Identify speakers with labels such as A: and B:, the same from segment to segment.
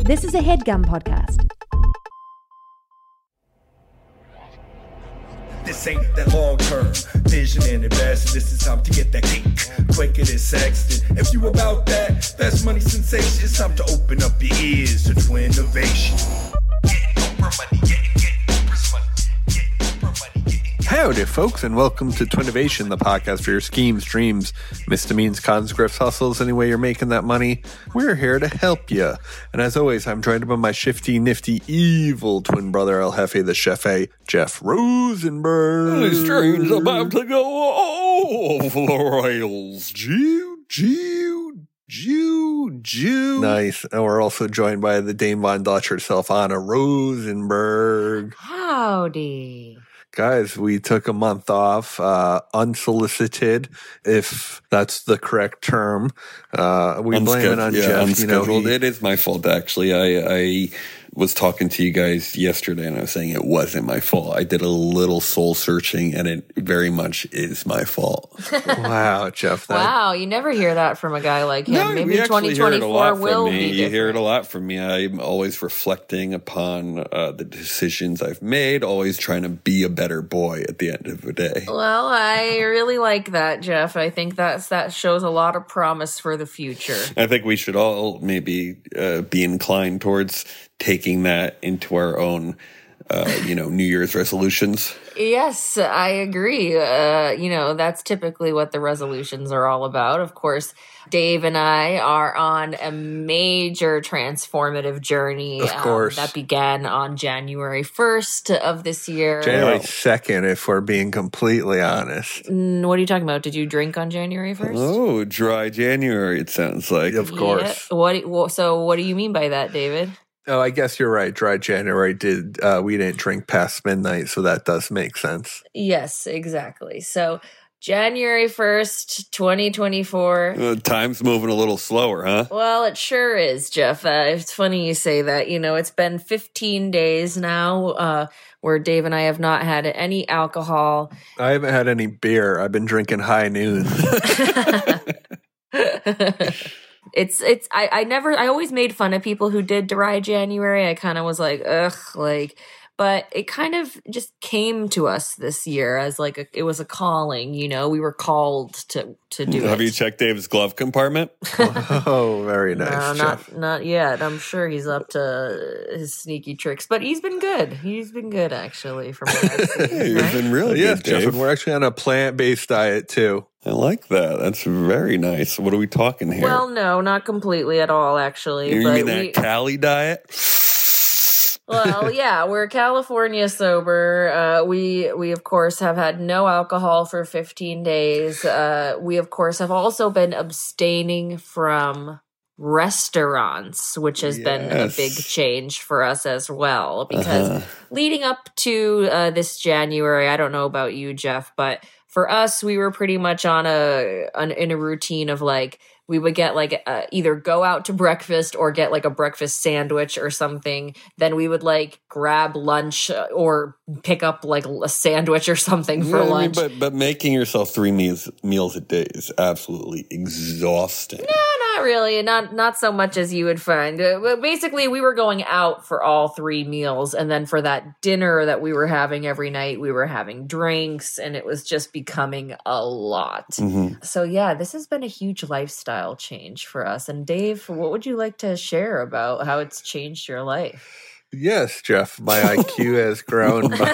A: This is a headgum podcast.
B: This ain't that long term vision and investing. This is time to get that cake quicker than Sexton. If you about that, that's money sensation. It's time to open up your ears to twin innovation. Get Oprah money, get get Oprah's money, get Oprah money, get get
C: Howdy, folks, and welcome to Twinnovation, the podcast for your schemes, dreams, misdemeans, conscripts, hustles, any way you're making that money. We're here to help you. And as always, I'm joined by my shifty, nifty, evil twin brother, El Jefe the Chefe, Jeff Rosenberg.
D: This train's about to go off the rails. Jew, Jew, Jew, Jew.
C: Nice. And we're also joined by the Dame Von Dutch herself, Anna Rosenberg.
E: Howdy.
C: Guys, we took a month off, uh, unsolicited, if that's the correct term. Uh, we blame it on
D: yeah,
C: Jeff. You know,
D: unscheduled.
C: he-
D: it is my fault, actually. I, I was talking to you guys yesterday and I was saying it wasn't my fault. I did a little soul searching and it very much is my fault.
C: Wow, Jeff. That,
E: Wow, Oh, you never hear that from a guy like him.
D: No,
E: Maybe
D: you actually hear it a
E: 2024
D: lot from
E: will
D: me.
E: be
D: You hear it
E: different.
D: a lot from me. I'm always reflecting upon uh, the decisions I've made, always trying to be a better boy at the end of the day.
E: Well, I really like that, Jeff. I think that's that shows a lot of promise for the future.
D: I think we should all maybe uh, be inclined towards taking that into our own, uh, you know, New Year's resolutions.
E: Yes, I agree. Uh, you know, that's typically what the resolutions are all about. Of course, Dave and I are on a major transformative journey. um,
C: Of course.
E: that began on January 1st of this year.
C: January 2nd, if we're being completely honest.
E: Mm, what are you talking about? Did you drink on January 1st?
D: Oh, dry January! It sounds like.
C: Of course.
E: Yeah. What? wha- So, what do you mean by that, David?
C: Oh, I guess you're right. Dry January did, uh, we didn't drink past midnight, so that does make sense.
E: Yes, exactly. So, January first, twenty twenty four.
D: Uh, time's moving a little slower, huh?
E: Well, it sure is, Jeff. Uh, it's funny you say that. You know, it's been 15 days now uh, where Dave and I have not had any alcohol.
C: I haven't had any beer. I've been drinking high noon.
E: it's it's I, I never I always made fun of people who did dry January. I kind of was like, ugh, like but it kind of just came to us this year as like a, it was a calling, you know. We were called to to do
D: Have
E: it.
D: you checked Dave's glove compartment?
C: oh, very nice.
E: no,
C: Jeff.
E: not not yet. I'm sure he's up to his sneaky tricks, but he's been good. He's been good actually from what I've seen.
D: You've
E: right?
D: been really
C: Oh, yes,
D: good,
C: Jeff,
D: Dave.
C: and we're actually on a plant based diet too.
D: I like that. That's very nice. What are we talking here?
E: Well, no, not completely at all actually.
D: you
E: but
D: mean that
E: we,
D: Cali diet?
E: well, yeah, we're California sober. Uh, we we of course have had no alcohol for 15 days. Uh, we of course have also been abstaining from restaurants, which has been a
D: Yes. Uh-huh.
E: big change for us as well because leading up to uh, this January, I don't know about you, Jeff, but for us, we were pretty much on a an, in a routine of like we would get like uh, either go out to breakfast or get like a breakfast sandwich or something. Then we would like grab lunch uh, or pick up like a sandwich or something for
D: Yeah, I mean,
E: lunch.
D: but but making yourself three meals meals a day is absolutely exhausting.
E: No, not really. Not not so much as you would find. Uh, but basically, we were going out for all three meals, and then for that dinner that we were having every night, we were having drinks, and it was just becoming a lot.
D: Mhm.
C: Mm-hmm.
E: So yeah, this has been a huge lifestyle change for us. And Dave, what would you like to share about how it's changed your life?
C: Yes, Jeff, my IQ has grown by,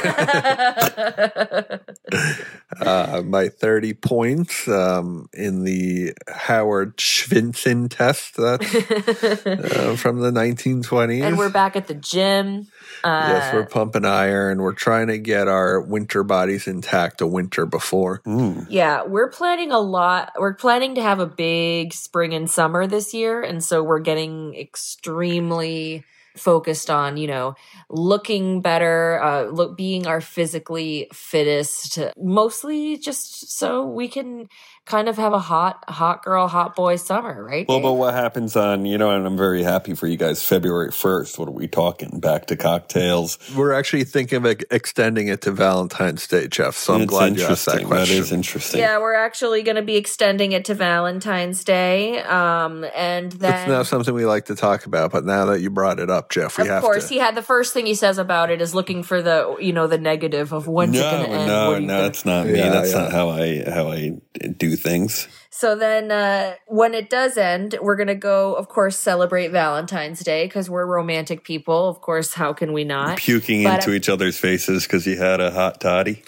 C: uh, by 30 points um, in the Howard Schvinson test. That's uh, from the 1920s.
E: and we're back at the gym. Uh,
C: Yes, we're pumping iron. We're trying to get our winter bodies intact a winter before.
D: Mm.
E: Yeah, we're planning a lot. We're planning to have a big spring and summer this year. And so we're getting extremely focused on, you know, looking better, uh, look, being our physically fittest, mostly just so we can kind of have a hot hot girl hot boy summer, right?
D: Well,
E: Dave?
D: but what happens on, you know, and I'm very happy for you guys, February 1st. What are we talking? Back to cocktails.
C: We're actually thinking of ex- extending it to Valentine's Day, Jeff. So I'm
D: It's
C: glad you asked that
D: interesting. That is
C: question.
D: interesting.
E: yeah, we're actually going to be extending it to Valentine's Day, um, and
C: It's
E: then
C: not something we like to talk about, but now that you brought it up, Jeff, we
E: of
C: have
E: course
C: to.
E: he had the first thing he says about it is looking for the you know the negative of when's it
D: No,
E: going to end.
D: no,
E: what are you
D: no,
E: gonna-
D: that's not me.
C: Yeah,
D: that's
C: yeah.
D: not how I how I do things.
E: So then, uh, when it does end, we're going to go, of course, celebrate Valentine's Day because we're romantic people. Of course, how can we not?
D: Puking
E: But uh,
D: into
E: I'm-
D: each other's faces because he had a hot toddy.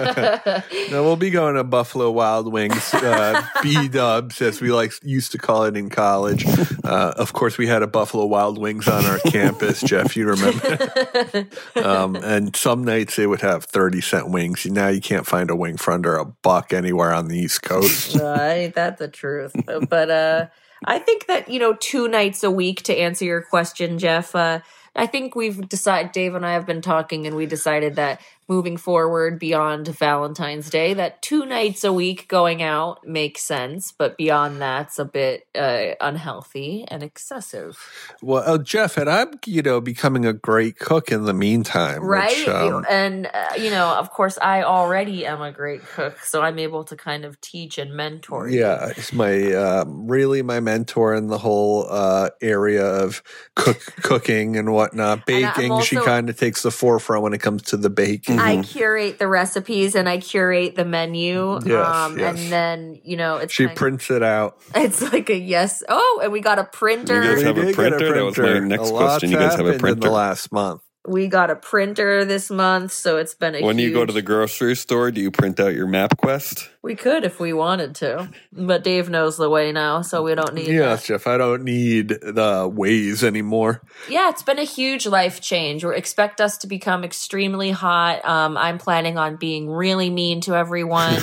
C: Now we'll be going to Buffalo Wild Wings, uh, B Dubs, as we like used to call it in college. Uh, of course, we had a Buffalo Wild Wings on our campus, Jeff. You remember? um, and some nights they would have thirty cent wings. Now you can't find a wing for under a buck anywhere on the East Coast.
E: Uh, ain't that the truth? but uh, I think that, you know, two nights a week to answer your question, Jeff. Uh, I think we've decided, Dave and I have been talking, and we decided that moving forward beyond Valentine's Day, that two nights a week going out makes sense. But beyond that's a bit uh, unhealthy and excessive.
C: well, uh, Jeff, and I'm you know becoming a great cook in the meantime,
E: right
C: Which, um,
E: and uh, you know of course i already am a great cook so i'm able to kind of teach and mentor you.
C: Yeah, he's my um, really my mentor in the whole uh, area of cook cooking and whatnot.
E: And I'm
C: Baking, she
E: also-
C: kind of takes the forefront when it comes to the baking.
D: Mm-hmm.
E: i curate the recipes and i curate the menu
C: Yes,
E: um
C: yes.
E: and then you know it's
C: she
E: kind of-
C: prints it out.
E: it's like a yes oh and we got a
D: You
E: printer
D: guys have a
C: did get
D: printer? That was my next
C: a lot's
D: question. You guys have a
C: happened in
D: printer?
C: the last month.
E: we got a printer this month so it's been a
D: When you go
E: huge-
D: to the grocery store, do you print out your map quest?
E: we could if we wanted to but dave knows the way now so we don't need that.
C: Yes, Jeff. I don't need the ways anymore.
E: Yeah, it's been a huge life change. We're expect us to become extremely hot. Um, I'm planning on being really mean to everyone.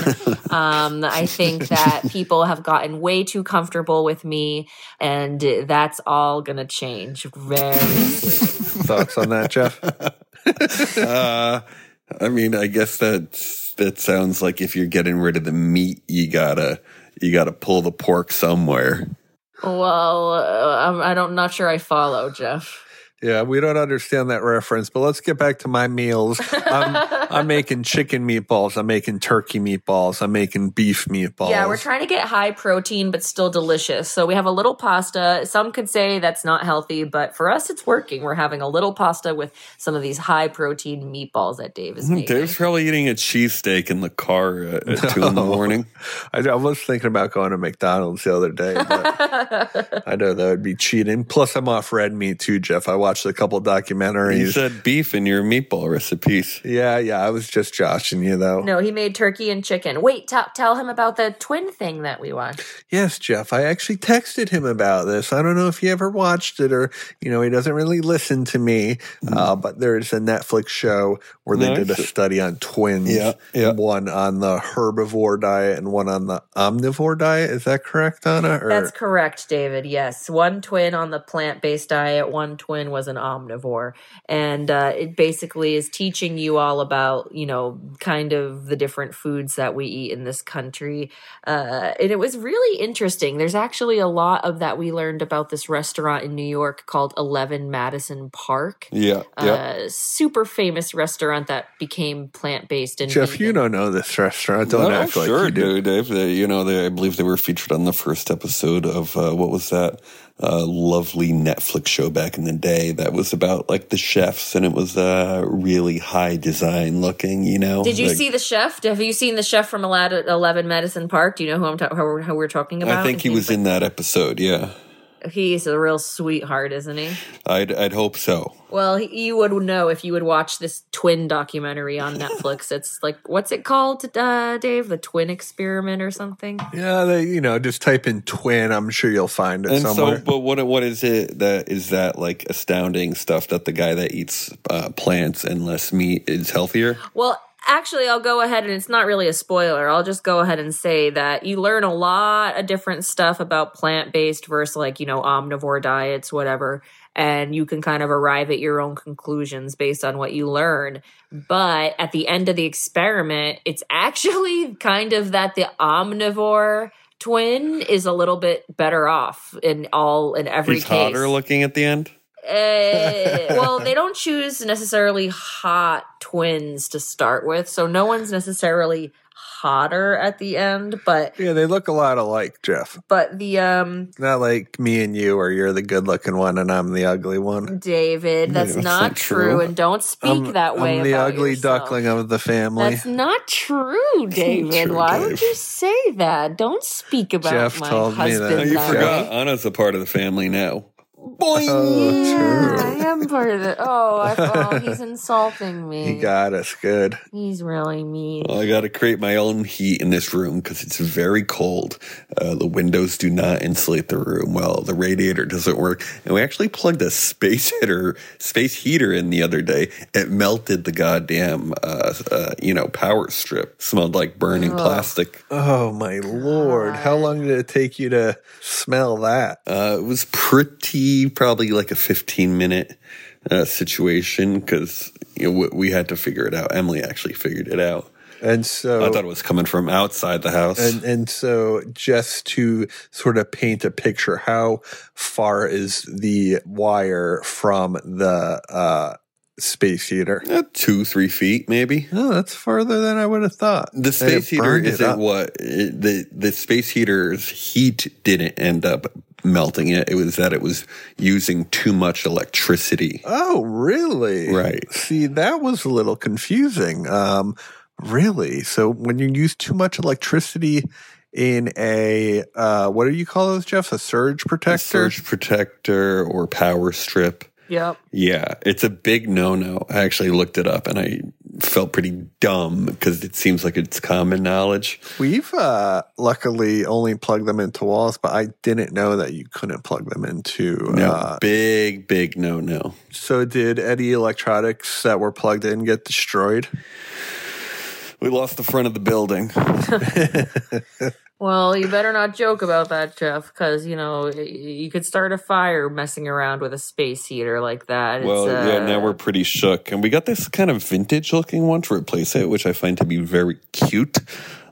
E: um, I think that people have gotten way too comfortable with me, and that's all gonna change very. soon.
C: Thoughts on that, Jeff?
D: uh, I mean, I guess that's that sounds like if you're getting rid of the meat, you gotta you gotta pull the pork somewhere.
E: well, uh, I'm, I don't not sure I follow Jeff.
C: Yeah, we don't understand that reference, but let's get back to my meals. I'm, I'm making chicken meatballs. I'm making turkey meatballs. I'm making beef meatballs.
E: Yeah, we're trying to get high protein but still delicious. So we have a little pasta. Some could say that's not healthy, but for us, it's working. We're having a little pasta with some of these high protein meatballs that Dave is making.
D: Dave's probably eating a cheesesteak in the car at, at two in the
C: No.
D: morning.
C: I, I was thinking about going to McDonald's the other day, but I know that would be cheating. Plus, I'm off red meat too, Jeff. I watched a couple
D: You
C: documentaries.
D: said beef in your meatball recipes.
C: yeah, yeah. I was just joshing you though.
E: No, he made turkey and chicken. Wait, t- tell him about the twin thing that we watched.
C: Yes, Jeff. I actually texted him about this. I don't know if he ever watched it or, you know, he doesn't really listen to me.
D: Mm-hmm.
C: Uh, but there is a Netflix show where they
D: No,
C: did a study on twins.
D: Yeah, yeah.
C: One on the herbivore diet and one on the omnivore diet. Is that correct, Anna? Or
E: That's correct, David. Yes. One twin on the plant based diet, one twin was an omnivore. And uh, it basically is teaching you all about, you know, kind of the different foods that we eat in this country. Uh, and it was really interesting. There's actually a lot of that we learned about this restaurant in New York called 11 Madison Park.
D: Yeah, yeah.
E: Uh, super famous restaurant that became plant based. and
C: Jeff, you
E: vegan.
C: don't know this restaurant. Don't
D: No,
C: act like
D: Oh, sure,
C: you do.
D: dude, Dave. They, you know, they, I believe they were featured on the first episode of uh, what was that uh, lovely Netflix show back in the day that was about like the chefs, and it was uh, really high design looking. You know,
E: Did you
D: Like,
E: see the chef? Have you seen the chef from Elad- Eleven Medicine Park? Do you know who I'm ta- how we're, who we're talking about?
D: I think he was in that episode. Yeah,
E: He's a real sweetheart, isn't he?
D: I'd I'd hope so.
E: Well, he, you would know if you would watch this twin documentary on Netflix. it's like what's it called, uh, Dave? The Twin Experiment or something?
C: Yeah, they, you know, just type in twin. I'm sure you'll find it
D: And
C: somewhere.
D: so, but what what is it that is that like astounding stuff that the guy that eats uh, plants and less meat is healthier?
E: Well, actually, I'll go ahead and it's not really a spoiler. I'll just go ahead and say that you learn a lot of different stuff about plant based versus like, you know, omnivore diets, whatever. And you can kind of arrive at your own conclusions based on what you learn. But at the end of the experiment, it's actually kind of that the omnivore twin is a little bit better off in all in every
D: He's
E: case.
D: hotter looking at the end.
E: Uh, well, they don't choose necessarily hot twins to start with, so no one's necessarily hotter at the end. But
C: Yeah, they look a lot alike, Jeff.
E: but the um
C: Not like me and you, or you're the good looking one and I'm the ugly one.
E: David, that's
D: that's
E: not
D: not
E: true.
D: true.
E: and don't speak
C: I'm,
E: that way.
C: I'm the
E: about
C: ugly
E: yourself.
C: duckling of the family.
E: That's not true, David.
D: true,
E: Why would
D: Dave.
E: you say that? Don't speak about
C: Jeff
E: my
C: told me that.
E: husband.
C: Oh,
D: Oh, you
E: that
D: forgot
E: way.
D: Anna's a part of the family now.
C: Oh,
E: Yeah,
C: true.
E: I am part of the. Oh, I, oh he's insulting me.
C: He got us good.
E: he's really mean.
D: Well, I got to create my own heat in this room because it's very cold. Uh, the windows do not insulate the room well. The radiator doesn't work, and we actually plugged a space heater, space heater in the other day. It melted the goddamn, uh, uh, you know, power strip. Smelled like burning plastic.
C: Oh my lord. How long did it take you to smell that?
D: Uh, it was pretty, probably like a fifteen minute uh, situation because you know, we- we had to figure it out. Emily actually figured it out.
C: And so
D: I thought it was coming from outside the house.
C: And and so just to sort of paint a picture, how far is the wire from the uh, space heater?
D: Uh, two, three feet, maybe.
C: Oh, that's farther than I would have thought.
D: The
C: And it
D: space heater
C: burned it
D: isn't
C: up.
D: what it- the the space heater's heat didn't end up melting it. It was that it was using too much electricity.
C: Oh, really?
D: Right.
C: See, that was a little confusing. Um, really? So when you use too much electricity in a uh, what do you call those, Jeff? A surge protector?
D: Surge protector or power strip.
E: Yep.
D: Yeah, it's a big no no. I actually looked it up and I felt pretty dumb because it seems like it's common knowledge.
C: We've uh, luckily only plugged them into walls, but I didn't know that you couldn't plug them into.
D: No,
C: Uh,
D: big, big no no.
C: so, did any electronics that were plugged in get destroyed?
D: We lost the front of the building.
E: Well, you better not joke about that, Jeff, because you know y- you could start a fire messing around with a space heater like that.
D: Well,
E: it's, uh,
D: yeah, now we're pretty shook. And we got this kind of vintage looking one to replace it, which I find to be very cute.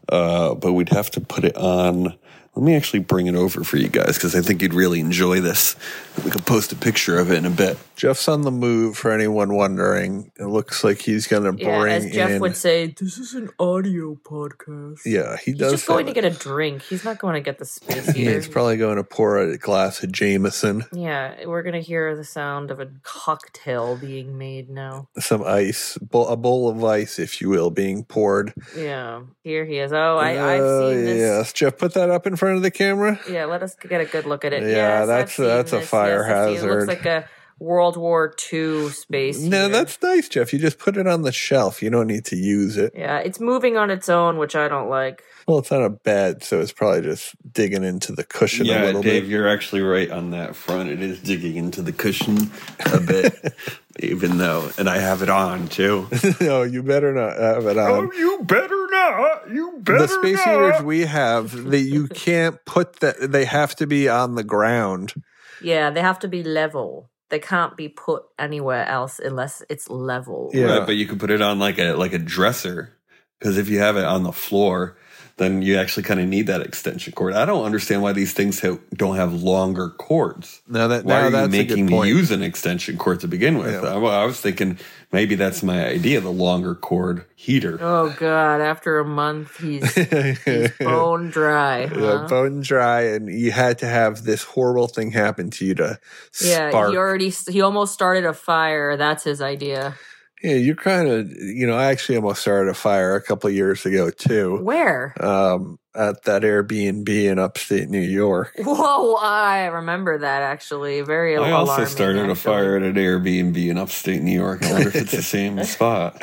D: Uh, but we'd have to put it on. Let me actually bring it over for you guys because I think you'd really enjoy this. We could post a picture of it in a bit.
C: Jeff's on the move for anyone wondering. It looks like he's going to
E: yeah,
C: bring
E: as Jeff
C: in.
E: would say, this is an audio podcast.
C: yeah, he
E: He's
C: does.
E: just going
C: have
E: to
C: it.
E: get a drink. He's not going to get the space
C: Yeah,
E: heater.
C: he's probably going to pour a glass of Jameson,
E: yeah, we're gonna hear the sound of a cocktail being made now.
C: some ice, bo- a bowl of ice, if you will, being poured.
E: Yeah, here he is. Oh, I, I've
C: Oh,
E: seen this.
C: Yes, Jeff, put that up in front of the camera.
E: Yeah, let us get a good look at it.
C: Yeah,
E: Yes, I've
C: that's-
E: seen
C: that's a
E: this.
C: fire
E: Yes, I've seen- It
C: hazard.
E: looks like a World War II space.
C: No,
E: heater.
C: that's nice, Jeff. You just put it on the shelf. You don't need to use it.
E: Yeah, it's moving on its own, which I don't like.
C: Well, it's on a bed, so it's probably just digging into the cushion a
D: Yeah,
C: little
D: Dave, you're actually right on that front. It is digging into the cushion a bit, even though, and I have it on too.
C: bit. no, you better not have it on.
D: Oh, you better not. You better
C: the space heaters we have that you can't put that they have to be on the ground.
E: Yeah, they have to be level. They can't be put anywhere else unless it's level.
C: Yeah.
D: Right, but you could put it on like a like a dresser because if you have it on the floor, then you actually kind of need that extension cord. I don't understand why these things ha- don't have longer cords.
C: Now that
D: Why
C: now
D: are you
C: that's a
D: making
C: good
D: me
C: point.
D: use an extension cord to begin with?
C: Yeah.
D: I, well, I was thinking maybe that's my idea, the longer cord heater.
E: Oh God! After a month, he's, he's bone dry.
C: Yeah,
E: Huh?
C: bone dry, and you had to have this horrible thing happen to you to
E: Yeah,
C: spark.
E: he already he almost started a fire. That's his idea.
C: yeah, you're kind of you know. I actually almost started a fire a couple of years ago too,
E: Where?
C: um, at that Airbnb in upstate New York.
E: Whoa! I remember that actually. Very.
D: I also
E: alarming,
D: started a
E: actually.
D: fire at an Airbnb in upstate New York. I wonder if it's the same spot.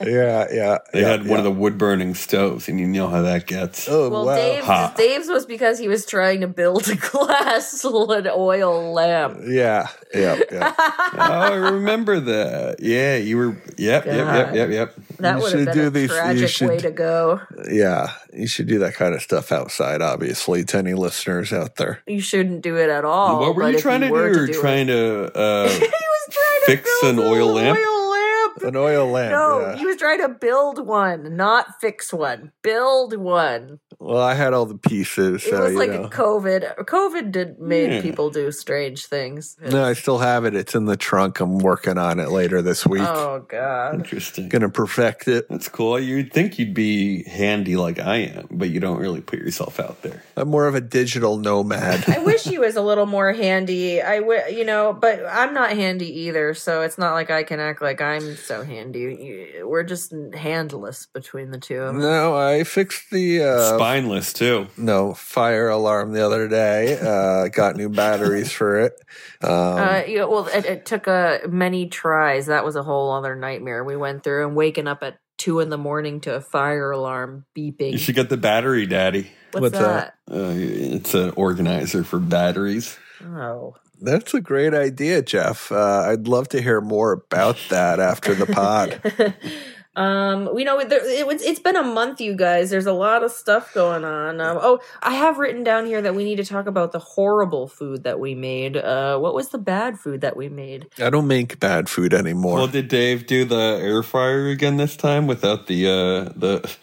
C: yeah, yeah.
D: They
C: yeah,
D: had one of
C: yeah.
D: the wood burning stoves, and you know how that gets.
C: Oh
E: Well,
C: wow!
E: Dave's,
D: Ha.
E: Dave's was because he was trying to build a glass and oil lamp.
C: Yeah, yeah, yeah.
D: oh, I remember that. Yeah, you were. Yep, yep, yep,
E: God.
D: yep, yep.
E: That
C: You
E: would
C: should
E: have
C: do
E: been a
C: these- you
E: tragic way
C: should-
E: to go.
C: Yeah, you should do that kind of stuff outside, obviously, to any listeners out there.
E: You shouldn't do it at all.
D: what were
E: but
D: you
E: if
D: trying to
E: were
D: do? You were
E: it-
D: trying to uh,
E: he was trying to
D: fix
E: build
D: an
E: a
D: oil lamp?
E: Oil lamp.
C: An oil lamp.
E: No,
C: yeah.
E: he was trying to build one, not fix one. Build one.
C: well, I had all the pieces.
E: It
C: so,
E: was
C: you
E: like
C: know.
E: a COVID. COVID did made
D: Yeah.
E: people do strange things.
C: No, I still have it. It's in the trunk. I'm working on it later this week.
E: Oh god.
D: interesting.
C: Gonna perfect it.
D: That's cool. You'd think you'd be handy like I am, but you don't really put yourself out there.
C: I'm more of a digital nomad.
E: I wish he was a little more handy. I w- you know, but I'm not handy either, so it's not like I can act like I'm so handy. You- We're just handless between the two. of us.
C: no, I fixed the uh,
D: Spineless too.
C: no fire alarm the other day. Uh, got new batteries for it. Um,
E: uh, yeah, well, it, it took uh, many tries. That was a whole other nightmare we went through, and waking up at two in the morning to a fire alarm beeping.
D: You should get the battery daddy.
E: What's,
C: What's
E: that?
C: that?
D: Uh, it's an organizer for batteries.
E: Oh,
C: that's a great idea, Jeff. Uh, I'd love to hear more about that after the pod.
E: um, you know, there, it was, it's been a month, you guys. There's a lot of stuff going on. Um, oh, I have written down here that we need to talk about the horrible food that we made. Uh, what was the bad food that we made?
C: I don't make bad food anymore.
D: Well, did Dave do the air fryer again this time without the uh the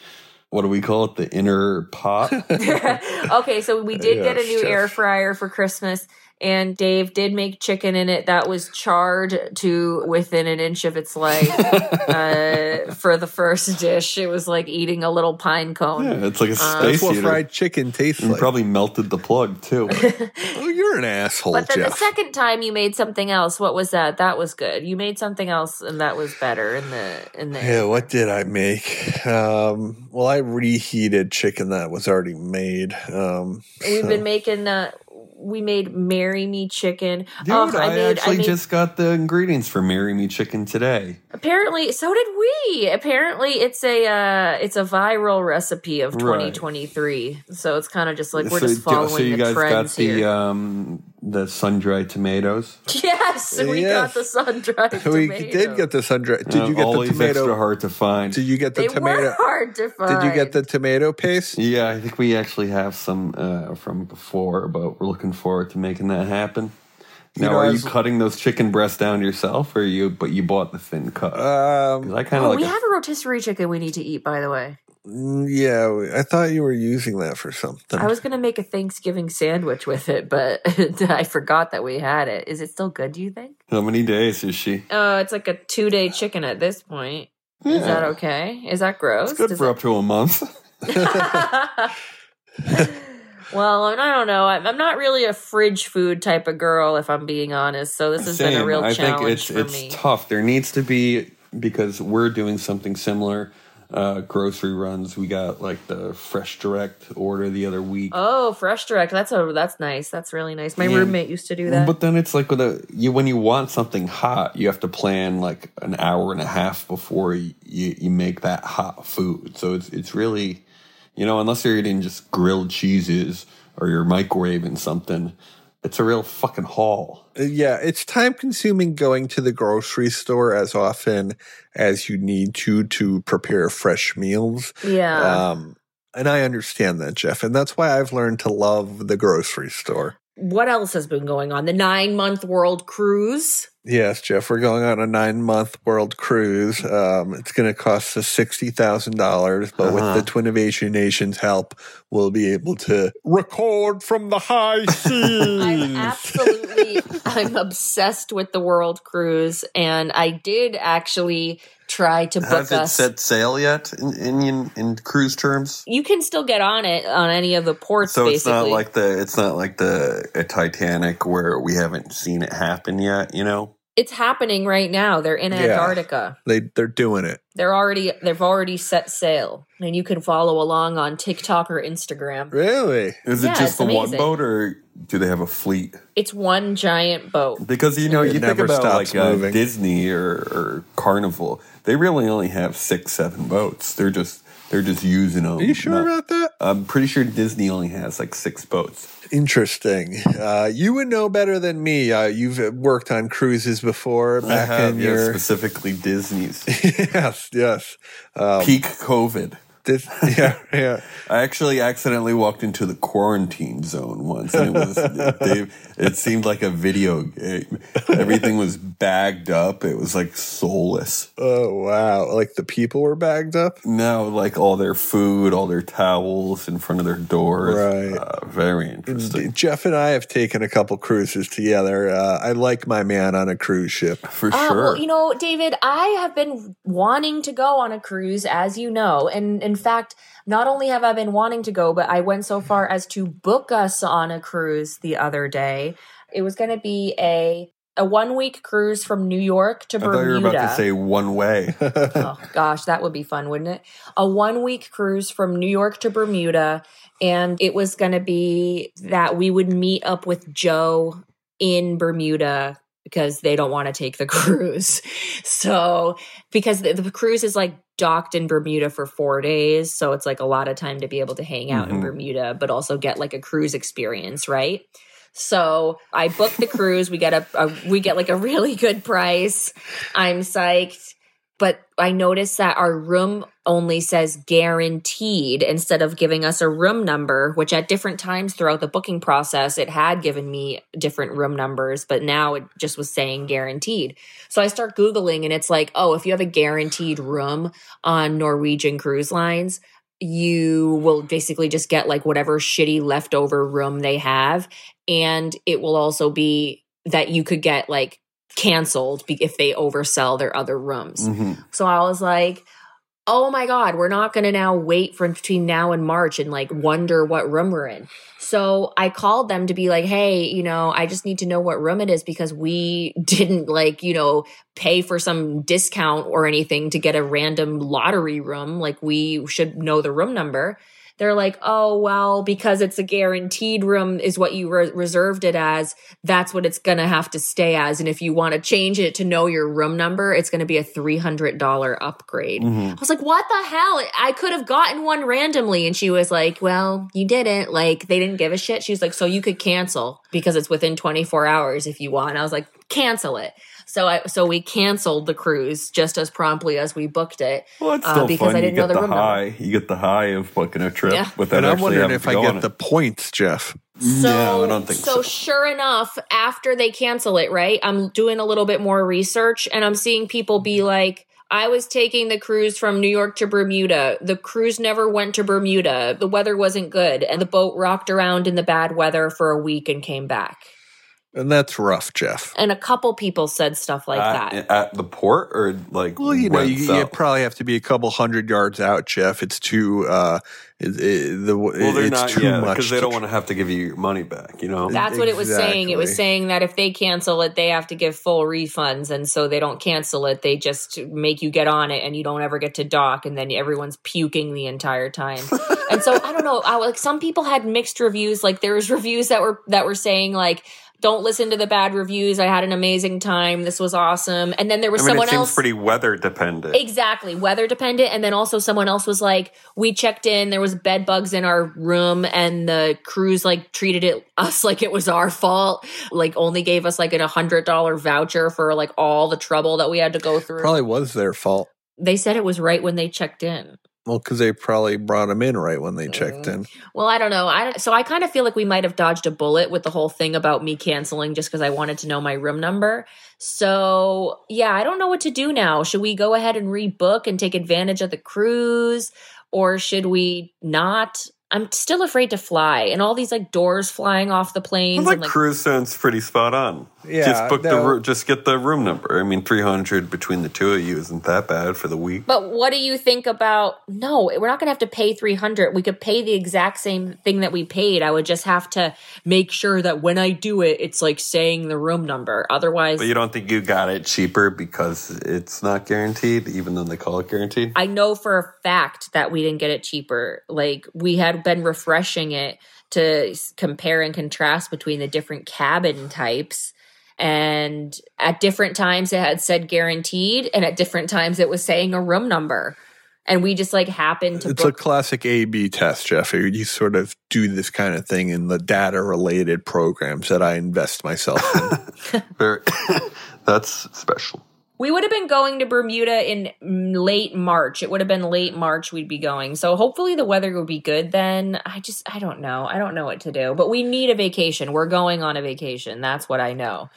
D: what do we call it? The inner pot?
E: okay, so we did get a
C: Yes,
E: new air
C: yes.
E: fryer for Christmas, and Dave did make chicken in it that was charred to within an inch of its life uh, for the first dish. It was like eating a little pine cone.
D: yeah, it's like a
C: that's
D: space
C: what
D: heater.
C: fried chicken tastes
D: and
C: like.
D: probably melted the plug too.
C: oh, you're an asshole,
E: But then
C: Jeff.
E: the second time you made something else. What was that? That was good. You made something else, and that was better. In the in the
C: Yeah, what did I make? Um, well, I reheated chicken that was already made. Um,
E: we've been making. Uh, we made marry me chicken.
D: Dude,
E: Ugh,
D: I, actually
E: Oh, made-
D: just got the ingredients for Marry Me Chicken today.
E: Apparently, so did we. Apparently, it's a uh, it's a viral recipe of
D: Right.
E: 2023. So it's kind of just like we're
D: so,
E: just
D: do-
E: following
D: so you
E: the
D: guys got
E: trends
D: the
E: here.
D: um the sun dried tomatoes.
E: yes, we got
C: Yes.
E: the sun dried.
C: we did get the sun dried. Did
D: Uh,
C: you get the
D: always extra
C: tomato?
D: hard to find.
C: Did you get the
E: They
C: tomato?
E: were hard to find.
C: Did you get the tomato paste?
D: yeah, I think we actually have some uh, from before, but we're looking forward to making that happen. Now,
C: know,
D: are
C: I
D: you
C: was-
D: cutting those chicken breasts down yourself, or you? But you bought the thin cut.
C: Um,
D: 'Cause I
E: Oh,
D: kind of like.
E: we
D: a-
E: have a rotisserie chicken we need to eat. By the way,
C: yeah, I thought you were using that for something.
E: I was gonna make a Thanksgiving sandwich with it, but I forgot that we had it. Is it still good? Do you think?
D: how many days is she?
E: Oh, it's like a two day chicken at this point. Is that okay? Is that gross?
D: It's good
E: Does
D: for up to a month.
E: well, I mean, I don't know. I'm, I'm not really a fridge food type of girl, if I'm being honest. So this has been a
D: Same.
E: real
D: I
E: challenge
D: think it's
E: for
D: it's
E: me.
D: tough. There needs to be because we're doing something similar. Uh, grocery runs. We got like the fresh direct order the other week.
E: oh, fresh direct. That's a that's nice. That's really nice. My
D: Yeah.
E: roommate used to do that.
D: But then it's like with a, you when you want something hot, you have to plan like an hour and a half before you, you make that hot food. So it's it's really, you know, unless you're eating just grilled cheeses or you're microwaving something, it's a real fucking haul.
C: yeah, it's time consuming going to the grocery store as often as you need to to prepare fresh meals.
E: yeah.
D: uh,
C: Um, and I understand that, Jeff, and that's why I've learned to love the grocery store.
E: what else has been going on? The nine month world cruise.
C: Yes, Jeff, we're going on a nine month world cruise. Um, it's going to cost us $60,000, but with the Twinnovation Nation's help, we'll be able to record from the high
D: Hmm.
E: I'm
C: seas.
E: absolutely I'm obsessed with the world cruise, and I did actually try to book
D: Has it
E: us.
D: set sail yet in in, in, in cruise terms?
E: you can still get on it on any of the ports.
D: So
E: basically.
D: it's not like the it's not like the a Titanic where we haven't seen it happen yet. You know,
E: it's happening right now. They're in
C: Yeah.
E: Antarctica.
C: they, they're doing it.
E: They're already they've already set sail, and you can follow along on TikTok or Instagram.
C: Really?
D: is
E: Yeah,
D: it just
E: it's
D: the
E: amazing.
D: one boat or do they have a fleet?
E: It's one giant boat.
D: Because you know,
C: It
D: you think
C: never
D: about
C: stops
D: like uh,
C: moving.
D: Disney or, or Carnival, they really only have six, seven boats. They're just they're just using them.
C: Are you sure about that?
D: I'm pretty sure Disney only has like six boats.
C: Interesting. Uh, you would know better than me. Uh, you've worked on cruises before
D: I
C: back
D: have,
C: in
D: yeah,
C: your.
D: specifically Disney's
C: yes, yes. Um,
D: peak COVID.
C: this, yeah, yeah.
D: I actually accidentally walked into the quarantine zone once, and it was they, it seemed like a video game. Everything was bagged up. It was like soulless.
C: Oh, wow. Like the people were bagged up?
D: Now, like all their food, all their towels in front of their doors.
C: Right.
D: Uh, very interesting
C: Jeff and I have taken a couple cruises together. Uh, I like my man on a cruise ship.
D: for
E: Uh,
D: sure.
E: Well, you know, David, I have been wanting to go on a cruise, as you know. And in fact, not only have I been wanting to go, but I went so far as to book us on a cruise the other day. It was going to be a a one week cruise from New York to
D: I thought you
E: Bermuda.
D: were about to say one way.
E: oh gosh, that would be fun, wouldn't it? A one week cruise from New York to Bermuda. And it was going to be that we would meet up with Joe in Bermuda because they don't want to take the cruise. So, because the, the cruise is like docked in Bermuda for four days. So, it's like a lot of time to be able to hang out in
D: Mhm.
E: Bermuda, but also get like a cruise experience, right? So I booked the cruise. We get a, a we get like a really good price. I'm psyched. But I noticed that our room only says guaranteed instead of giving us a room number, which at different times throughout the booking process, it had given me different room numbers, but now it just was saying guaranteed. So I start Googling and it's like, oh, if you have a guaranteed room on Norwegian cruise lines, you will basically just get like whatever shitty leftover room they have and it will also be that you could get like canceled be- if they oversell their other rooms.
D: Mhm.
E: So I was like, oh my God, we're not going to now wait for between now and March and like wonder what room we're in. So I called them to be like, hey, you know, I just need to know what room it is because we didn't like, you know, pay for some discount or anything to get a random lottery room. Like we should know the room number. They're like, oh, well, because it's a guaranteed room, is what you re- reserved it as that's what it's going to have to stay as. And if you want to change it to know your room number, it's going to be a $300 upgrade. I was like, what the hell? I could have gotten one randomly. And she was like, well, you didn't. Like, they didn't give a shit. She was like, so you could cancel because it's within 24 hours if you want. I was like, cancel it. So I, so we canceled the cruise just as promptly as we booked it.
D: Well, it's
E: uh,
D: still
E: because
D: fun.
E: I
D: you
E: didn't know
D: get
E: the
D: the
E: room number.
D: high. You get the high of booking a trip
E: Yeah.
D: without
C: And I'm
D: actually um,
C: wondering
D: having
C: if
D: to
C: I
D: go on
C: get
D: it.
C: the points, Jeff.
E: So,
D: No, Mm, I don't think so.
E: sure enough, after they cancel it, right? I'm doing a little bit more research and I'm seeing people
D: Mm-hmm.
E: be like, I was taking the cruise from New York to Bermuda. The cruise never went to Bermuda. The weather wasn't good. And the boat rocked around in the bad weather for a week and came back.
C: And that's rough, Jeff.
E: And a couple people said stuff like
D: at,
E: that.
D: at the port or like
C: Well, you know,
D: went
C: you, you
D: south?
C: probably have to be a couple hundred yards out, Jeff. It's too uh, it, it, the
D: Well, they're
C: it's
D: not
C: too
D: yeah,
C: much
D: because they don't want to have to give you your money back. You know,
E: That's what it was saying. It was
C: Exactly.
E: saying that if they cancel it, they have to give full refunds. And so they don't cancel it. They just make you get on it and you don't ever get to dock. And then everyone's puking the entire time. and so I don't know. I, like some people had mixed reviews. Like there was reviews that were, that were saying like, don't listen to the bad reviews. I had an amazing time. This was awesome. And then there was
D: I mean, it
E: someone
D: seems
E: else.
D: pretty weather dependent.
E: Exactly, weather dependent. And then also someone else was like, we checked in, there was bed bugs in our room, and the crews like treated it us like it was our fault. Like only gave us like an hundred dollar voucher for like all the trouble that we had to go through.
C: probably was their fault.
E: They said it was right when they checked in.
C: Well, because they probably brought him in right when they checked in.
D: Uh,
E: Well, I don't know. I so I kind of feel like we might have dodged a bullet with the whole thing about me canceling just because I wanted to know my room number. So yeah, I don't know what to do now. Should we go ahead and rebook and take advantage of the cruise, or should we not? I'm still afraid to fly, and all these like doors flying off the
D: Well,
E: planes.
D: like,
E: and, like,
D: cruise sounds pretty spot on.
C: Yeah,
D: just book the
C: no.
D: the just get the room number. I mean, three hundred between the two of you isn't that bad for the week.
E: but what do you think about? No, we're not going to have to pay three hundred. We could pay the exact same thing that we paid. I would just have to make sure that when I do it, it's like saying the room number. Otherwise,
D: But you don't think you got it cheaper because it's not guaranteed, even though they call it guaranteed.
E: I know for a fact that we didn't get it cheaper. Like we had been refreshing it to s- compare and contrast between the different cabin types. And at different times it had said guaranteed, and at different times it was saying a room number. and we just like happened to
C: It's a
E: book
C: classic A B test, Jeff. You sort of do this kind of thing in the data related programs that I invest myself in.
D: Very, that's special.
E: We would have been going to Bermuda in mm, late March. It would have been late March we'd be going. So hopefully the weather would be good then. I just I don't know. I don't know what to do. But we need a vacation. We're going on a vacation. That's what I know.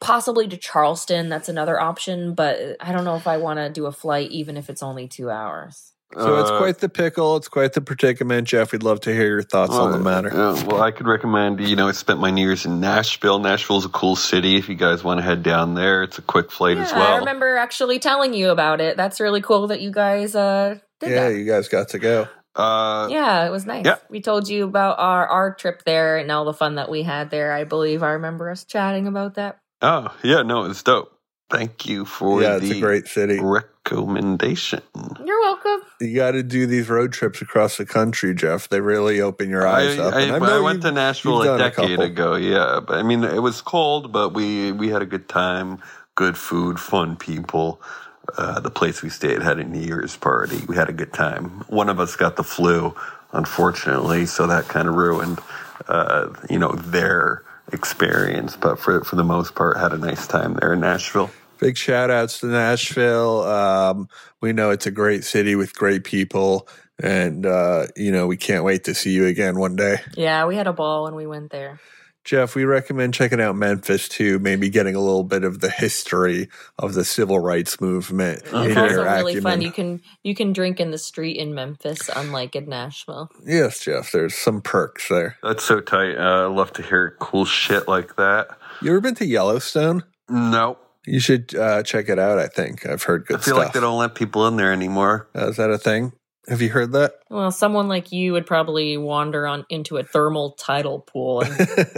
E: Possibly to Charleston. That's another option, but I don't know if I want to do a flight even if it's only 2 hours.
C: So
D: Uh,
C: it's quite the pickle. It's quite the predicament, Jeff. We'd love to hear your thoughts on the matter.
D: Yeah, well, uh, I could recommend, you know, I spent my New Year's in Nashville. Nashville's a cool city. If you guys want to head down there, it's a quick flight as
E: Yeah, I
D: well.
E: remember actually telling you about it. That's really cool that you guys uh did
C: Yeah,
E: that.
C: you guys got to go.
D: Uh,
E: Yeah, it was nice.
D: Yeah.
E: We told you about our, our trip there and all the fun that we had there. I believe I remember us chatting about that.
D: Oh, yeah, no, it's dope. Thank you for
C: Yeah, it's
D: the
C: a great city.
D: recommendation.
E: You're welcome.
C: You got to do these road trips across the country, Jeff. They really open your eyes
D: I,
C: up.
D: I,
C: And
D: I
C: know
D: went
C: you-
D: to Nashville
C: you've
D: a
C: done a
D: decade
C: couple.
D: ago. Yeah, but I mean, it was cold, but we we had a good time, good food, fun people. Uh, the place we stayed had a New Year's party. We had a good time. One of us got the flu, unfortunately, so that kind of ruined, uh, you know, their experience. But for for the most part, had a nice time there in Nashville.
C: Big shout outs to Nashville. Um, we know it's a great city with great people. And, uh, you know, we can't wait to see you again one day.
E: Yeah, we had a ball when we went there.
C: Jeff, we recommend checking out Memphis too, maybe getting a little bit of the history of the civil rights movement. in
E: It's
C: your
E: also Oh, really fun.
C: acumen.
E: You can you can drink in the street in Memphis, unlike in Nashville.
C: Yes, Jeff, there's some perks there.
D: That's so tight. Uh, I love to hear cool shit like that.
C: You ever been to Yellowstone?
D: No,
C: You should uh, check it out, I think. I've heard
D: I
C: good
D: feel
C: stuff.
D: like they don't let people in there anymore.
C: Uh, Is that a thing? Have you heard that?
E: Well, someone like you would probably wander on into a thermal tidal pool and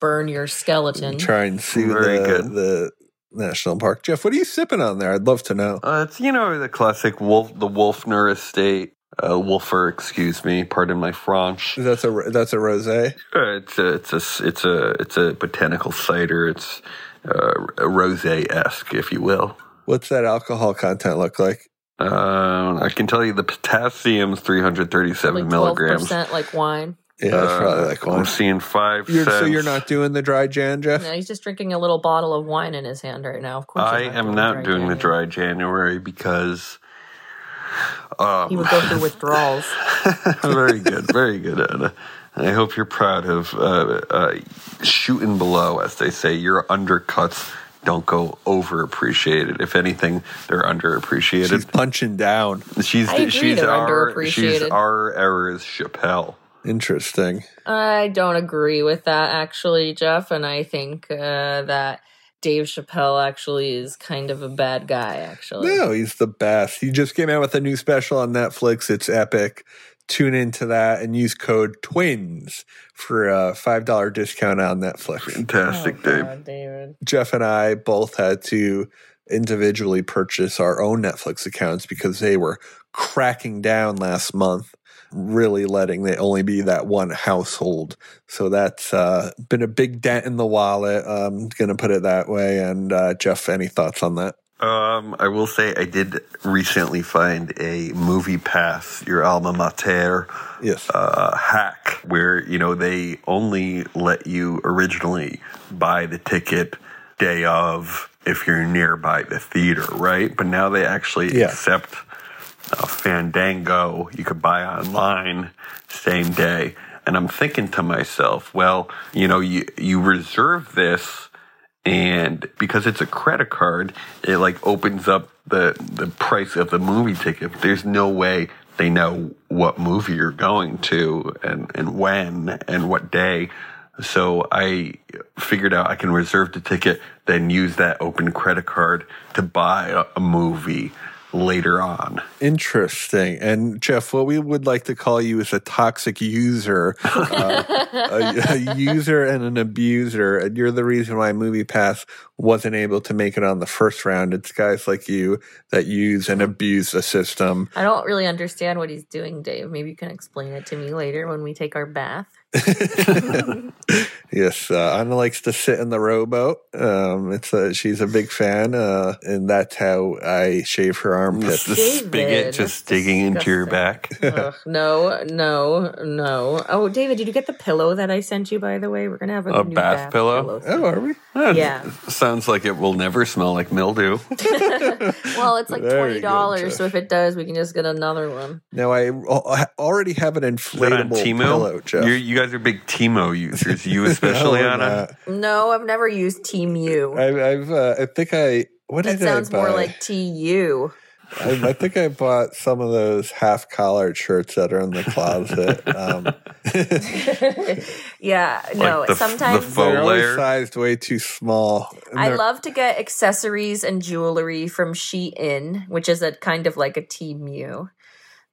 E: burn your skeleton.
C: Try and see
D: Very
C: the,
D: good.
C: the national park. Jeff, what are you sipping on there? I'd love to know.
D: Uh, it's you know the classic Wolf, the Wolfner Estate, uh, Wolfer. Excuse me, pardon my French.
C: That's a that's a rosé.
D: Uh, It's a it's a it's a it's a botanical cider. It's uh, rosé esque, if you will.
C: What's that alcohol content look like?
D: Um, I can tell you the potassium's three hundred thirty-seven
E: like twelve
D: milligrams.
E: percent, like wine.
C: Yeah, that's probably
D: Uh,
C: like
D: I'm
C: one.
D: seeing 5
C: You're,
D: cents.
C: so you're not doing the dry Jan, Jeff?
E: No, he's just drinking a little bottle of wine in his hand right now. Of course,
D: I
E: he's
D: am not doing the
E: January.
D: dry January because.
E: He
D: Um,
E: would go through withdrawals.
D: very good, very good, Anna. I hope you're proud of uh, uh, shooting below, as they say. Your undercuts don't go overappreciated. If anything, they're underappreciated.
C: She's punching down.
D: She's she's,
E: I agree, they're
D: our she's
E: underappreciated.
D: our era's Chappelle.
C: Interesting.
E: I don't agree with that, actually, Jeff. And I think uh, that Dave Chappelle actually is kind of a bad guy, actually.
C: No, he's the best. He just came out with a new special on Netflix. It's epic. Tune into that and use code TWINS for a $5 discount on Netflix.
D: Fantastic, Dave.
E: God, Oh, David.
C: Jeff and I both had to individually purchase our own Netflix accounts because they were cracking down last month, really letting it only be that one household. So that's uh, been a big dent in the wallet. I'm going to put it that way. And uh, Jeff, any thoughts on that?
D: Um, I will say I did recently find a movie pass, your alma mater.
C: Yes.
D: uh, hack where you know they only let you originally buy the ticket day of if you're nearby the theater, right? But now they actually
C: Yeah.
D: accept uh, Fandango. You could buy online same day. And I'm thinking to myself, well, you know, you you reserve this and because it's a credit card, it like opens up the the price of the movie ticket. There's no way they know what movie you're going to and and when and what day. So I figured out I can reserve the ticket, then use that open credit card to buy a, a movie later on.
C: Interesting. And Jeff, what we would like to call you is a toxic user, uh, a, a user and an abuser. And you're the reason why MoviePass wasn't able to make it on the first round. It's guys like you that use and abuse the system.
E: I don't really understand what he's doing, Dave. Maybe you can explain it to me later when we take our bath.
C: yes, uh, Anna likes to sit in the rowboat. Um, it's a, she's a big fan, uh, and that's how I shave her
D: It's
C: armpits.
D: the
E: David,
D: spigot
E: that's
D: just digging into your back.
E: Ugh, no, no, no. Oh, David, did you get the pillow that I sent you? By the way, we're gonna have a,
D: A
E: new
D: bath pillow?
C: Oh, are we?
E: Yeah.
D: Sounds like it will never smell like mildew.
E: Well, it's like
C: Very
E: twenty
C: good,
E: dollars. So
C: Jeff.
E: if it does, we can just get another one.
C: Now I al- I already have an
D: Is that on
C: inflatable
D: Timo?
C: pillow, Jeff.
D: You're, you guys are big Timo users. You especially,
C: No, we're
D: Anna.
E: No, I've never used Team
C: not.
E: U.
C: I've, I've uh, I think I what
E: That
C: did I
E: sounds
C: buy?
E: more like TU.
C: I, I think I bought some of those half collared shirts that are in the closet. Um,
E: yeah, no.
D: the f- the
E: sometimes
D: faux
C: they're always
D: layer.
C: sized way too small. And
E: I
C: they're-
E: love to get accessories and jewelry from Shein, which is a kind of like a Team U.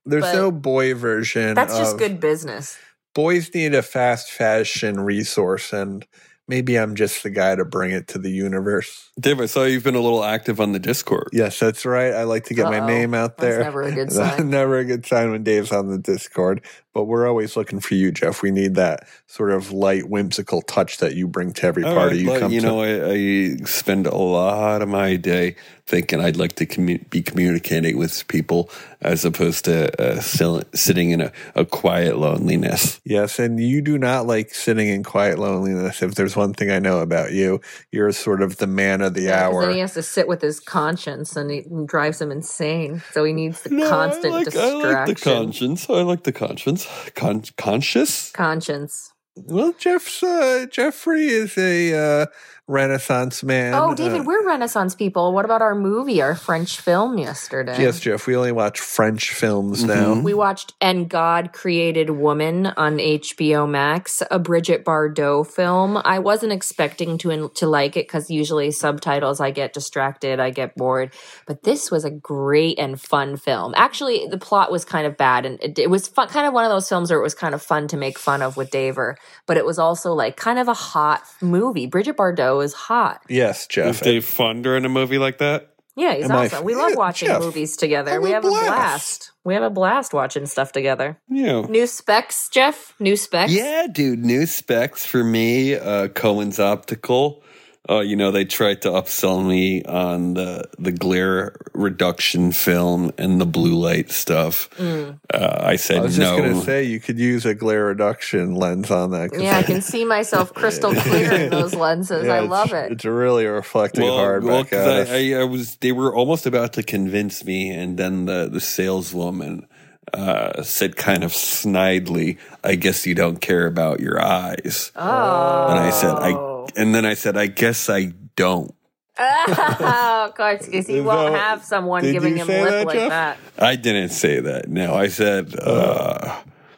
C: There's
E: but-
C: no boy version.
E: That's just
D: uh,
C: of-
E: good business.
C: Boys need a fast fashion resource, and maybe I'm just the guy to bring it to the universe.
D: Dave, I saw you've been a little active on the Discord.
C: Yes, that's right. I like to get
E: Uh-oh.
C: my name out
E: That's
C: there.
E: never a good
C: That's
E: sign.
C: Never a good sign when Dave's on the Discord, but we're always looking for you, Jeff. We need that sort of light, whimsical touch that you bring to every
D: All
C: party
D: right,
C: you
D: look,
C: come
D: you
C: to.
D: know, I, I spend a lot of my day thinking I'd like to commu- be communicating with people as opposed to uh, still sitting in a, a quiet loneliness.
C: Yes, and you do not like sitting in quiet loneliness. If there's one thing I know about you, you're sort of the man of the
E: Yeah, 'cause
C: hour.
E: Then he has to sit with his conscience, and it drives him insane. So he needs the constant
D: I like,
E: distraction.
D: I like the conscience. I like the conscience. Con- conscious?
E: conscience.
C: Well, Jeff's uh, Jeffrey is a uh, Renaissance man.
E: oh,
C: Uh,
E: David, we're Renaissance people. What about our movie, our French film yesterday?
C: Yes, Jeff. We only watch French films
D: Mm-hmm.
C: now.
E: We watched And God Created Woman on HBO Max, a Bridget Bardot film. I wasn't expecting to to like it cuz usually subtitles I get distracted, I get bored, but this was a great and fun film. Actually, the plot was kind of bad and it, it was fun, kind of one of those films where it was kind of fun to make fun of with Daver, but it was also like kind of a hot movie. Bridget Bardot is hot.
C: Yes,
D: Is
C: Jeff.
D: Dave fun during a movie like that?
E: Yeah, he's
C: Am I-
E: awesome. we love
C: Yeah,
E: watching
C: Jeff,
E: movies together.
C: have
E: We
C: a
E: have a blast.
C: blast.
E: We have a blast watching stuff together.
D: Yeah.
E: New specs, Jeff? New specs?
D: Yeah, dude. New specs for me. Uh, Cohen's Optical. Uh, you know, they tried to upsell me on the the glare reduction film and the blue light stuff. Uh, I said
C: I was just
D: no.
C: going to say you could use a glare reduction lens on that. 'cause
E: Yeah, I can see myself crystal clear in those lenses.
C: yeah,
E: I
C: it's-
E: love it.
C: It's really reflecting hard
D: well,
C: back
D: 'cause
C: at us.
D: I, I, I was. They were almost about to convince me, and then the the saleswoman uh, said, kind of snidely, "I guess you don't care about your eyes."
E: Oh.
D: And I said, "I," and then I said, "I guess I don't."
E: oh, of course, because he
C: Is
E: won't
C: that-
E: have someone
C: did
E: giving
C: you
E: him
C: say
E: lip
C: that,
E: like
C: Jeff?
E: that.
D: I didn't say that. No, I said uh,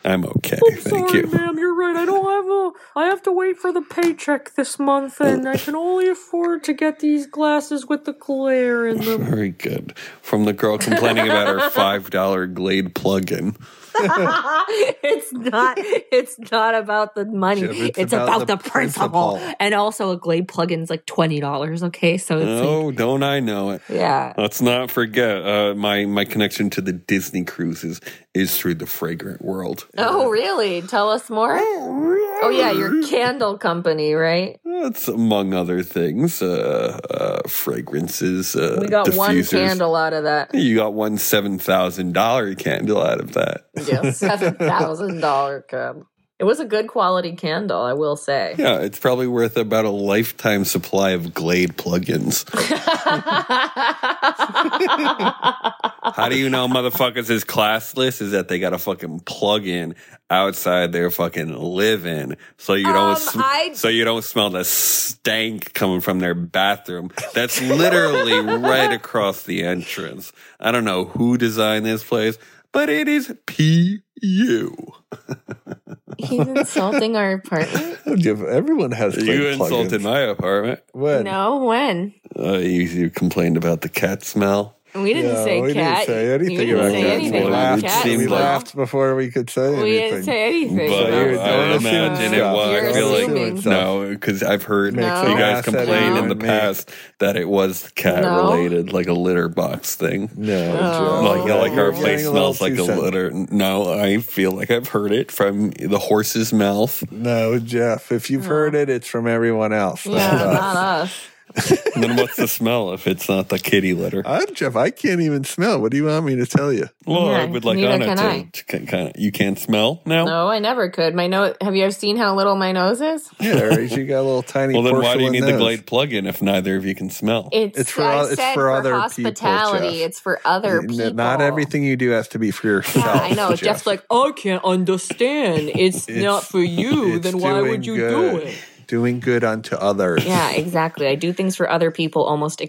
D: I'm okay. Thank you.
E: ma'am, you're right. I don't have a. I have to wait for the paycheck this month, and I can only afford to get these glasses with the glare in them.
D: Very good. From the girl complaining about her five dollar Glade plug-in.
E: it's not. It's not about the money.
C: Jeff,
E: it's,
C: it's
E: about,
C: about
E: the,
C: the
E: principle.
C: principle.
E: And also, a Glade plug-in's like twenty dollars. Okay, so it's like-
D: Oh, don't I know it?
E: yeah.
D: Let's not forget uh, my my connection to the Disney cruises is through the fragrant world.
E: Oh, really? Tell us more. Oh, yeah, your candle company, right?
D: That's among other things, uh, uh, fragrances. Uh,
E: We got one
D: diffusers.
E: candle out of that.
D: You got one seven thousand dollar candle out of that.
E: Yeah, seven thousand dollar candle. It was a good quality candle, I will say.
D: Yeah, it's probably worth about a lifetime supply of Glade plugins. How do you know motherfuckers is classless? Is that they got a fucking plug-in outside their fucking living, so you
E: Um,
D: don't sm-
E: I-
D: so you don't smell the stank coming from their bathroom. That's literally right across the entrance. I don't know who designed this place, but it is pu.
E: He's insulting our apartment.
C: Oh, Jeff, everyone has
D: You
C: glare plugins.
D: insulted my apartment.
C: What?
E: No, when?
D: Uh, you, you complained about the cat smell.
E: We didn't say
C: we didn't
E: cat.
C: say anything
E: you didn't
C: about
E: say
C: cats.
E: anything
C: We
E: about
C: laughed,
E: cats.
C: we
D: It seemed like-
C: laughed before we could say
E: We
C: anything.
E: didn't say anything.
D: But
C: you're doing
E: about
D: I
E: cats.
C: assume
D: imagine it
C: stuff.
E: You're
D: was. I feel
E: assuming.
D: like, no, because I've heard
E: Makes No.
D: you guys
C: sense.
D: complain in the
C: No.
D: past that it was cat
E: No.
D: related, like a litter box thing.
C: No, Joe.
E: No.
D: Like,
E: Oh,
D: like
E: you're
D: our
E: getting
D: place
C: a little
D: smells like
C: too
D: a
C: sen-
D: litter. No, I feel like I've heard it from the horse's mouth.
C: No, Jeff. If you've heard it, it's from everyone else. Uh,
E: Yeah,
C: not us.
E: not us.
D: And then what's the smell if it's not the kitty litter?
E: Uh,
C: I'm Jeff. I can't even smell. What do you want me to tell you?
D: Well, I
E: Yeah,
D: would like
E: neither
D: Anna
E: can I.
D: to, to kind of. You can't smell now.
E: No, I never could. My nose. Have you ever seen how little my nose is?
C: Yeah, Aries, you got a little tiny.
D: Well, then why do you
C: porcelain
D: need the
C: nose.
D: Glade plug-in if neither of you can smell?
E: It's,
C: It's for
E: I
C: oth- it's
E: said
C: for other people,
E: hospitality.
C: Jeff.
E: it's for other
C: N-
E: people.
C: Not everything you do has to be for yourself.
E: Yeah, I know.
C: Jeff.
E: Jeff's like, I can't understand. It's,
C: It's-
E: not for you.
C: it's
E: Then why
C: doing
E: would you do
C: good.
E: it?
C: Doing good unto others.
E: Yeah, exactly. I do things for other people almost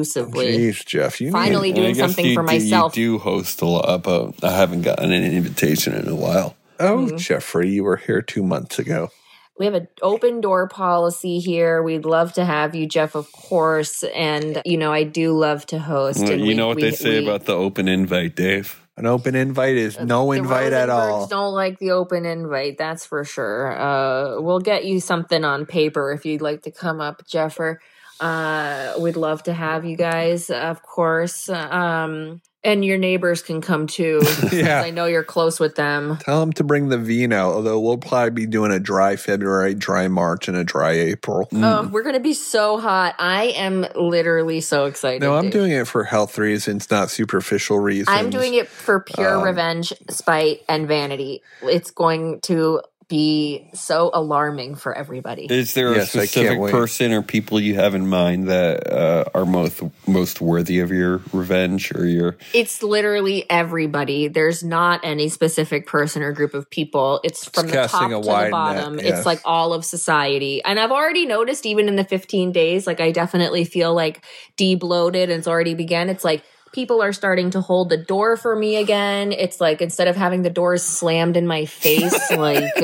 E: exclusively.
C: Jeez, Jeff. You
E: Finally,
C: Need,
D: I
E: doing
D: guess
E: something
D: you
E: for
D: do-
E: myself.
D: You do host a lot, but I haven't gotten an invitation in a while.
C: oh,
E: mm-hmm.
C: Jeffrey, you were here two months ago.
E: We have an open door policy here. We'd love to have you, Jeff, of course. And you know, I do love to host.
D: Well,
E: and
D: you
E: we-
D: know what
E: we-
D: they say
E: we-
D: about the open invite, Dave.
C: An open invite is no
E: the
C: invite at all.
E: Rosenbergs Don't like the open invite, that's for sure. Uh, we'll get you something on paper if you'd like to come up, Jeffer. Uh, we'd love to have you guys, of course. Um, and your neighbors can come too.
C: Yeah.
E: I know you're close with them.
C: Tell them to bring the vino, although we'll probably be doing a dry February, dry March, and a dry April.
E: Oh, we're gonna be so hot. I am literally so excited.
C: No, I'm
E: dude.
C: doing it for health reasons, not superficial reasons.
E: I'm doing it for pure
C: Um,
E: revenge, spite, and vanity. It's going to be so alarming for everybody.
D: Is there a
C: Yes, I can't
D: specific
C: wait.
D: person or people you have in mind that uh, are most most worthy of your revenge or your?
E: It's literally everybody. There's not any specific person or group of people. It's from the
C: casting
E: top
C: a
E: to
C: wide
E: the
C: net,
E: bottom.
C: yes.
E: It's like all of society. And I've already noticed, even in the 15 days, like I definitely feel like de bloated and it's already began. It's like people are starting to hold the door for me again. It's like instead of having the doors slammed in my face, like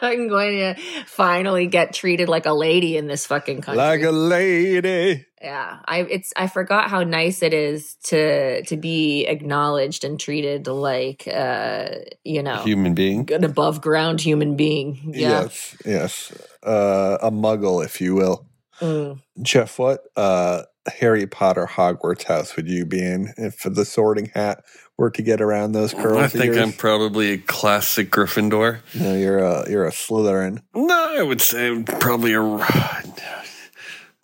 E: I'm going to finally get treated like a lady in this fucking country.
C: like a lady.
E: Yeah, I it's I forgot how nice it is to to be acknowledged and treated like uh you know
D: Human being.
E: an above ground human being. Yeah,
C: Yes, yes. Uh, a muggle, if you will.
E: Mm.
C: Jeff, what uh, Harry Potter Hogwarts house would you be in if the sorting hat were to get around those curls?
D: I
C: of
D: think
C: yours?
D: I'm probably a classic Gryffindor.
C: No, you're a you're a Slytherin.
D: No, I would say probably a.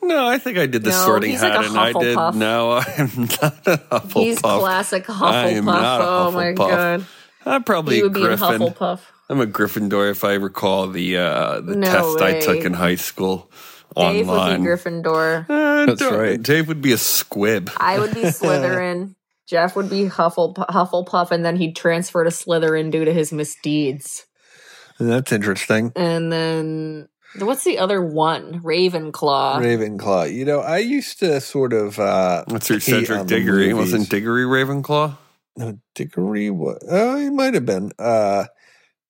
D: No, I think I did the
E: No,
D: sorting
E: he's
D: hat,
E: like a
D: and I did.
E: Hufflepuff.
D: No, I'm not a Hufflepuff.
E: he's classic Hufflepuff.
D: I am not a
E: oh my
D: Hufflepuff.
E: god,
D: I'm probably
E: he
D: a
E: would be in
D: Griffin.
E: Hufflepuff.
D: I'm a Gryffindor if I recall the uh, the
E: No
D: test I
E: way.
D: took in high school
E: Dave would
D: online.
E: be Gryffindor.
D: Uh,
C: That's
D: don't-
C: right.
D: Dave would be a squib.
E: I would be Slytherin. Jeff would be Hufflepuff, Hufflepuff, and then he'd transfer to Slytherin due to his misdeeds.
C: That's interesting.
E: And then what's the other one? Ravenclaw.
C: Ravenclaw. You know, I used to sort of. Uh,
D: What's your
C: hate
D: Cedric
C: on the
D: Diggory?
C: movies.
D: Wasn't Diggory Ravenclaw?
C: no Diggory? What? Oh, he might have been. Uh,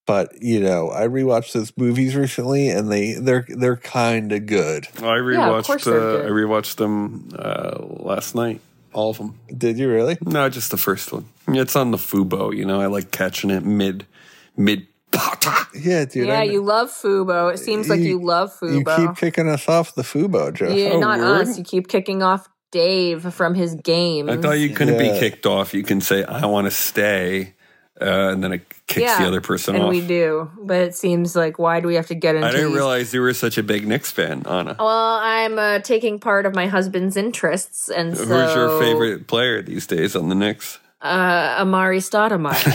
C: but you know, I rewatched those movies recently, and they they're they're kind of good.
D: I
E: course
D: rewatched.
E: they're
D: uh,
E: good.
D: I rewatched them uh, last night. All of them.
C: Did you really?
D: No, just the first one. It's on the Fubo. You know, I like catching it mid mid potter.
C: Yeah, dude.
E: yeah,
C: I-
E: you love Fubo. It seems like
C: You-
E: you love
C: You
E: Fubo.
C: keep kicking us off the Fubo, Jeff.
E: yeah,
D: Oh,
E: not
D: word?
E: us. You keep kicking off Dave from his games.
D: I thought you couldn't
C: Yeah.
D: be kicked off. You can say I want to stay, uh, and then it kicks the other person
E: and
D: off.
E: we do, but it seems like why do we have to get into?
D: I didn't
E: these-
D: realize you were such a big Knicks fan, Anna.
E: Well, I'm uh, taking part of my husband's interests, and so
D: Who's your favorite player these days on the Knicks?
E: Uh, Amari Stoudemire.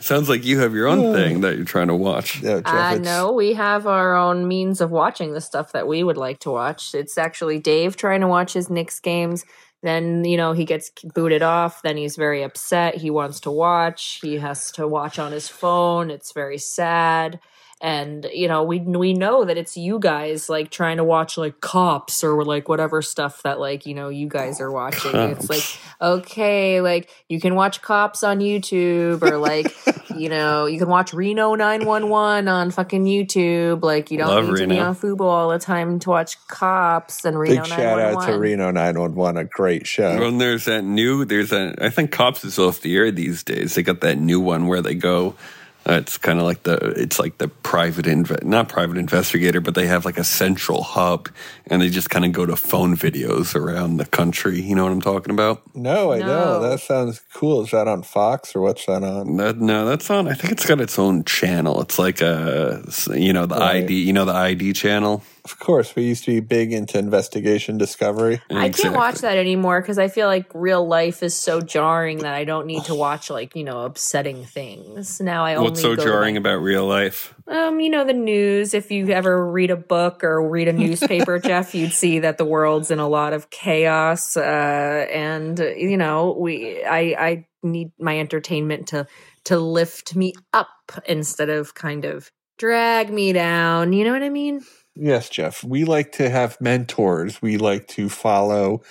D: Sounds like you have your
E: Hmm.
D: own thing that you're trying to watch.
C: Yeah, Jeff,
E: I
C: it's-
E: know Uh, we have our own means of watching the stuff that we would like to watch. It's actually Dave trying to watch his Knicks games. Then, you know, he gets booted off. Then he's very upset. He wants to watch. He has to watch on his phone. It's very sad. And, you know, we we know that it's you guys like trying to watch like cops or like whatever stuff that like, you know, you guys are watching. It's like, okay, like you can watch cops on YouTube or like you know, you can watch Reno 911 on fucking YouTube. Like, you don't
D: Love
E: need to be
D: Reno.
E: on Fubo all the time to watch Cops and Reno
C: Big shout out to
E: 911.
C: Reno 911, a great show.
D: When there's that new, there's that. I think Cops is off the air these days. They got that new one where they go. Uh, it's kind of like the. It's like the private inve- not private investigator, but they have like a central hub, and they just kind of go to phone videos around the country. You know what I'm talking about?
C: No, I know.
E: No.
C: That sounds cool. Is that on Fox or what's that on?
D: That, no, that's on. I think it's got its own channel. It's like a, you know, the
C: Right.
D: ID, you know, the ID channel.
C: Of course, we used to be big into investigation discovery.
E: I can't
D: Exactly.
E: watch that anymore because I feel like real life is so jarring that I don't need to watch like you know upsetting things. Now I only
D: What's so
E: go,
D: jarring
E: like,
D: about real life?
E: um, you know the news. If you ever read a book or read a newspaper, Jeff, you'd see that the world's in a lot of chaos. Uh, and uh, you know we, I, I need my entertainment to to lift me up instead of kind of drag me down. You know what I mean?
C: Yes, Jeff. We like to have mentors. We like to follow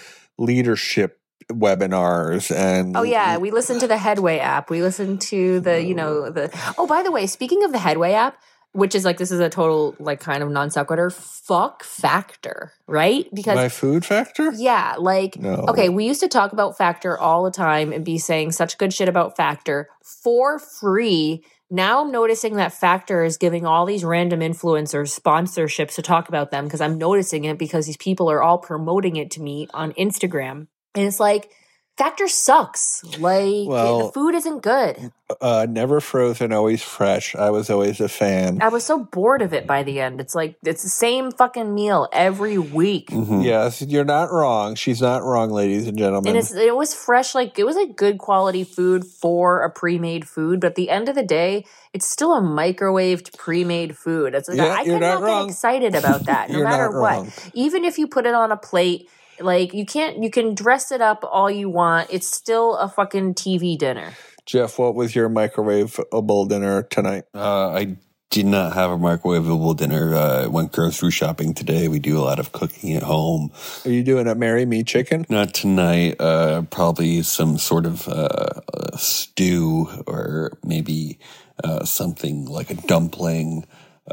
C: leadership webinars and
E: Oh yeah, we listen to the Headway app. We listen to the you know the. Oh, by the way, speaking of the Headway app, which is like this is a total like kind of non sequitur. Fuck factor, right? Because
C: my food factor.
E: yeah, like
C: No.
E: okay, we used to talk about Factor all the time and be saying such good shit about Factor for free. Now I'm noticing that Factor is giving all these random influencers sponsorships to talk about them because I'm noticing it because these people are all promoting it to me on Instagram. And it's like Factor sucks. Like
C: Well-
E: the food isn't good.
C: Uh, never frozen, always fresh. I was always a fan.
E: I was so bored of it by the end. It's like it's the same fucking meal every week.
D: Mhm.
C: Yes, you're not wrong. She's not wrong, ladies and gentlemen.
E: And it's, Hmm. it was fresh, like it was a good quality food for a pre-made food. But at the end of the day, it's still a microwaved pre-made food. It's like
C: Yeah,
E: I
C: you're
E: cannot
C: not
E: get
C: wrong.
E: excited about that, no
C: You're
E: matter
C: not
E: what.
C: wrong.
E: Even if you put it on a plate, like you can't, you can dress it up all you want. It's still a fucking TV dinner.
C: Jeff, what was your microwavable dinner tonight?
D: Uh, I did not have a microwavable dinner. Uh, I went grocery shopping today. We do a lot of cooking at home.
C: Are you doing a marry me chicken?
D: Not tonight. Uh, probably some sort of uh, uh, stew or maybe uh, something like a dumpling.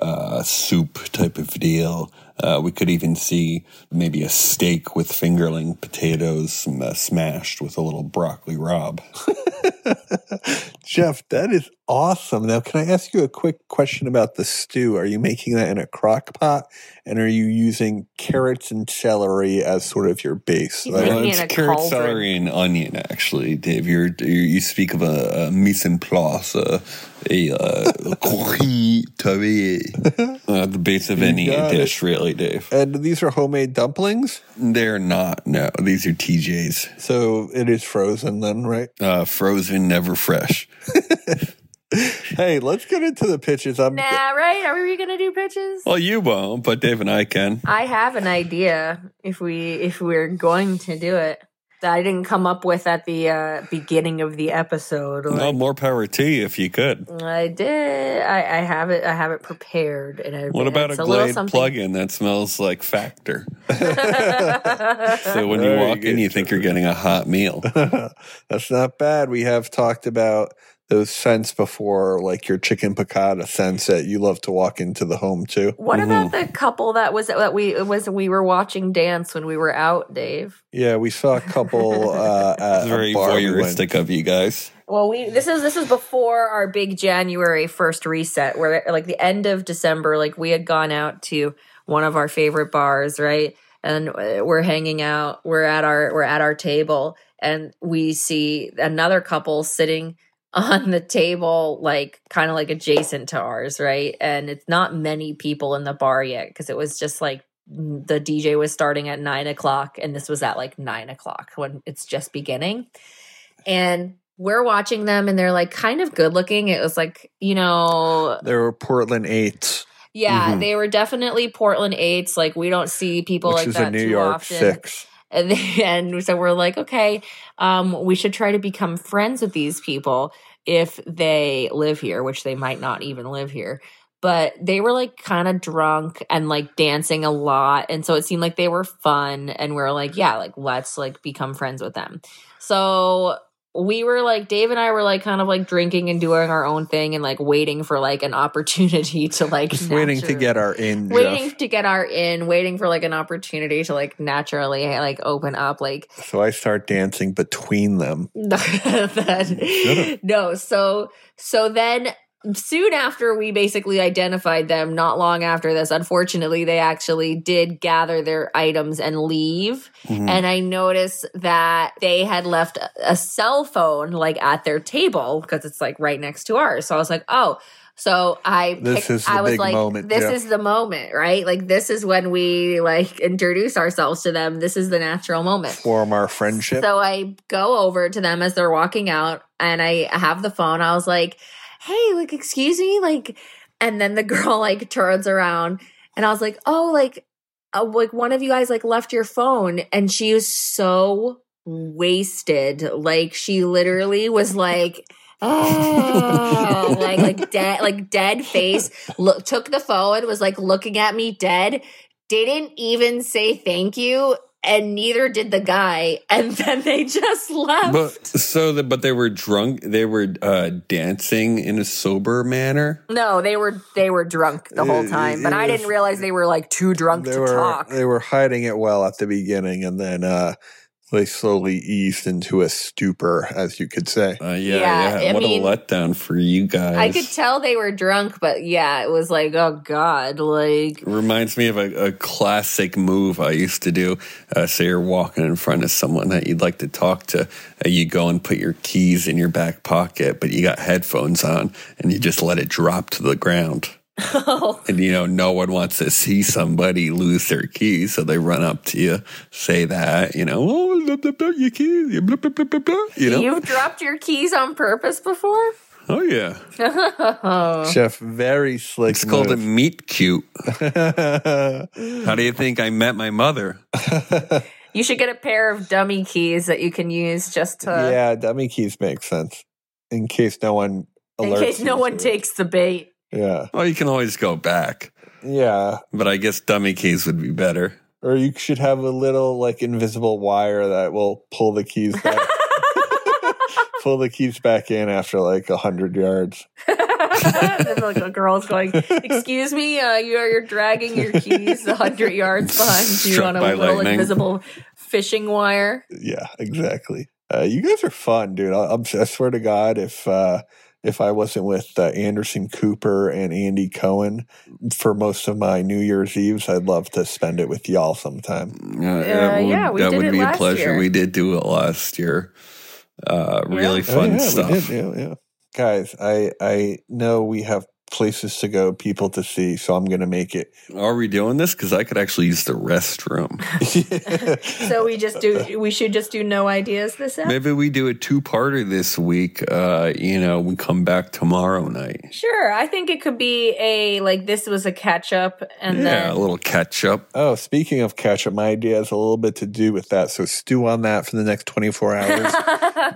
D: Uh, soup type of deal. Uh, we could even see maybe a steak with fingerling potatoes some, uh, smashed with a little broccoli rob.
C: Jeff, that is awesome. Now, can I ask you a quick question about the stew? Are you making that in a crock pot? And are you using carrots and celery as sort of your base?
E: He's
C: Like,
E: making
D: Well,
E: it
D: it's
E: in a
D: carrot,
E: cauldron.
D: celery, and onion. Actually, Dave, you're, you you speak of a, a mise en place, a, a, uh, croquis taré, uh, the base of any
C: got it.
D: dish, really, Dave.
C: and these are homemade dumplings.
D: They're not. No, these are TJ's,
C: So it is frozen then, right?
D: uh, frozen, never fresh.
C: Hey, let's get into the pitches. I'm
E: Nah, right? Are we gonna do pitches?
D: Well, you won't, but Dave and I can.
E: I have an idea if we if we're going to do it that I didn't come up with at the uh, beginning of the episode.
D: Well,
E: Like,
D: more power to you if you could.
E: I did. I, I have it. I have it prepared. And I,
D: What about
E: it's
D: a
E: little
D: Glade
E: something-
D: plug-in that smells like Factor? so when you
C: Very
D: walk in,
C: good,
D: you think you're getting a hot meal.
C: That's not bad. We have talked about those scents before, like your chicken piccata scents that you love to walk into the home to.
E: What about the couple that was that we it was we were watching dance when we were out, Dave?
C: Yeah, we saw a couple uh, at
D: It's very
C: a bar we went
D: voyeuristic of you guys.
E: Well, we this is this is before our big January first reset, where like the end of December, like we had gone out to one of our favorite bars, right? And uh, we're hanging out. We're at our we're at our table, and we see another couple sitting on the table, like kind of like adjacent to ours, right? And it's not many people in the bar yet because it was just like the DJ was starting at nine o'clock, and this was at like nine o'clock when it's just beginning and we're watching them and they're like kind of good looking it was like you know
C: There were Portland eights,
E: yeah
D: Mhm.
E: they were definitely portland eights like we don't see people
C: Mm-hmm. which
E: like
C: is
E: that
C: a New
E: too
C: York
E: often
C: six.
E: and, they- and so we're like okay um, we should try to become friends with these people if they live here which they might not even live here but they were like kind of drunk and like dancing a lot and so it seemed like they were fun and we are like yeah like let's like become friends with them so we were like Dave and I were like kind of like drinking and doing our own thing and like waiting for like an opportunity to like
C: Just waiting to
E: naturally-
C: get our in.
E: waiting
C: Jeff.
E: to get our in, waiting for like an opportunity to like naturally like open up like
C: So I start dancing between them.
E: that, no so so then soon after we basically identified them not long after this unfortunately they actually did gather their items and leave
C: Mm-hmm.
D: Mhm.
E: and i noticed that they had left a- a cell phone like at their table because it's like right next to ours so i was like oh so i
C: This
E: picked-
C: is the
E: i was
C: big
E: like
C: moment,
E: this
C: yeah.
E: is the moment right like this is when we like introduce ourselves to them this is the natural moment
C: Form our friendship.
E: so I go over to them as they're walking out and I have the phone. I was like, hey, like, excuse me. Like, and then the girl like turns around and I was like, oh, like, uh, like one of you guys like left your phone. And she was so wasted. Like, she literally was like, oh, like like dead, like dead face. Look, took the phone, was like looking at me dead. Didn't even say thank you, and neither did the guy. And then they just left.
D: But so the, but they were drunk. They were uh, dancing in a sober manner.
E: no, they were they were drunk the whole
C: It-
E: time, but
C: it
E: I
C: was-
E: didn't realize they were like too drunk
C: they
E: to
C: were
E: talk.
C: they were hiding it well at the beginning, and then uh, they slowly eased into a stupor, as you could say.
D: Uh, yeah,
E: Yeah,
D: yeah.
E: I
D: What
E: mean-
D: a letdown for you guys.
E: I could tell they were drunk, but yeah, it was like, oh god, like
D: Reminds me of a, a classic move I used to do. Uh, say you're walking in front of someone that you'd like to talk to. Uh, you go and put your keys in your back pocket, but you got headphones on and you just let it drop to the ground. And you know, no one wants to see somebody lose their keys, so they run up to you, say that, you know, oh, blah, blah, blah, your keys, you blah, blah, blah, blah, blah," you know,
E: you've dropped your keys on purpose before.
D: oh yeah,
C: Jeff, very slick.
D: it's called a
C: move.
D: meet cute. How do you think I met my mother?
E: You should get a pair of dummy keys that you can use just to,
C: yeah, dummy keys make sense in case no one.
E: in
C: alerts
E: case
C: you
E: no
C: to
E: one
C: it.
E: takes the bait.
C: Yeah,
D: Oh, you can always go back,
C: yeah.
D: but I guess dummy keys would be better.
C: Or you should have a little like invisible wire that will pull the keys back. pull the keys back in after like a hundred yards.
E: and like a girl's going, "Excuse me, uh, you are you're dragging your keys a hundred yards behind you
D: Struck
E: on a
D: by
E: little
D: lightning.
E: invisible fishing wire."
C: Yeah, exactly. Uh, you guys are fun, dude. I, I'm, I swear to God, if uh, if I wasn't with uh, Anderson Cooper and Andy Cohen for most of my New Year's Eves, I'd love to spend it with y'all sometime.
D: Uh, that would,
E: yeah, we
D: that
E: did
D: would
E: it
D: be a
E: last
D: pleasure.
E: year.
D: We did do it last year. Uh, Really
E: Yeah.
C: Oh,
D: fun
C: yeah, we
D: stuff.
C: did, yeah, yeah. Guys, I I know we have places to go, people to see, so I'm gonna make it.
D: Are we doing this? Because I could actually use the restroom.
E: So we just do. We should just do no ideas this episode.
D: Maybe we do a two-parter this week. Uh, you know, we come back tomorrow night.
E: Sure, I think it could be a like this was a catch up, and
D: yeah, a
E: then
D: little catch up.
C: Oh, speaking of ketchup, my idea has a little bit to do with that. So stew on that for the next 24 hours.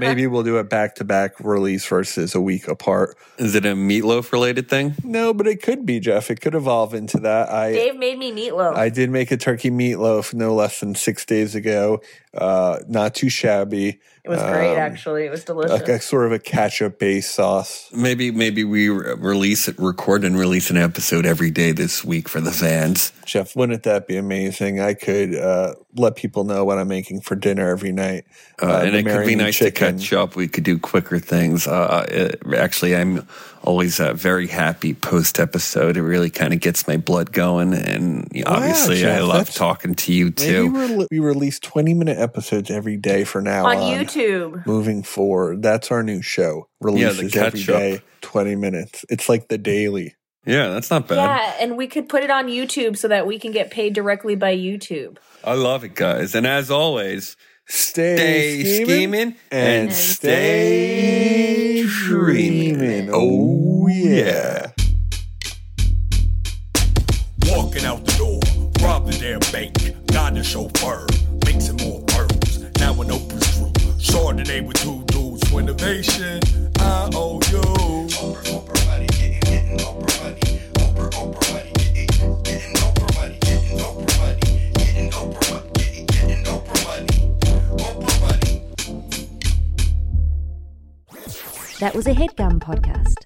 C: Maybe we'll do a back to back release versus a week apart.
D: Is it a meatloaf related thing?
C: No, but it could be, Jeff. It could evolve into that. I
E: Dave made me meatloaf.
C: I did make a turkey meatloaf no less than six days ago. Uh, not too shabby.
E: it was great,
C: um,
E: actually. It was delicious.
C: Like a sort of a ketchup based sauce.
D: Maybe maybe we re- release it, record and release an episode every day this week for the fans.
C: Jeff, wouldn't that be amazing? I could uh, let people know what I'm making for dinner every night.
D: Uh, and
C: the
D: it could be
C: marinated
D: nice
C: chicken.
D: to catch up. We could do quicker things. Uh, it, actually, I'm always uh, very happy post episode. It really kind of gets my blood going, and you know,
C: Wow,
D: obviously, I
C: Jeff,
D: love
C: that's-
D: talking to you
C: Maybe
D: too.
C: we we release 20 minute episodes every day for now
E: on YouTube.
C: moving forward. That's our new show. Releases every
D: catch-up.
C: day, 20 minutes. It's like the daily.
D: Yeah, that's not bad.
E: Yeah, and we could put it on YouTube so that we can get paid directly by YouTube.
D: I love it, guys. And as always,
C: Stay,
D: stay scheming,
C: and,
D: and
C: stay
D: stay
C: dreaming. Oh, yeah.
B: Walking out the door, rob the damn bank, got the chauffeur, mixing more pearls. Now an open screw, Chardonnay with two dudes for innovation. I owe you.
A: That was a headgum podcast.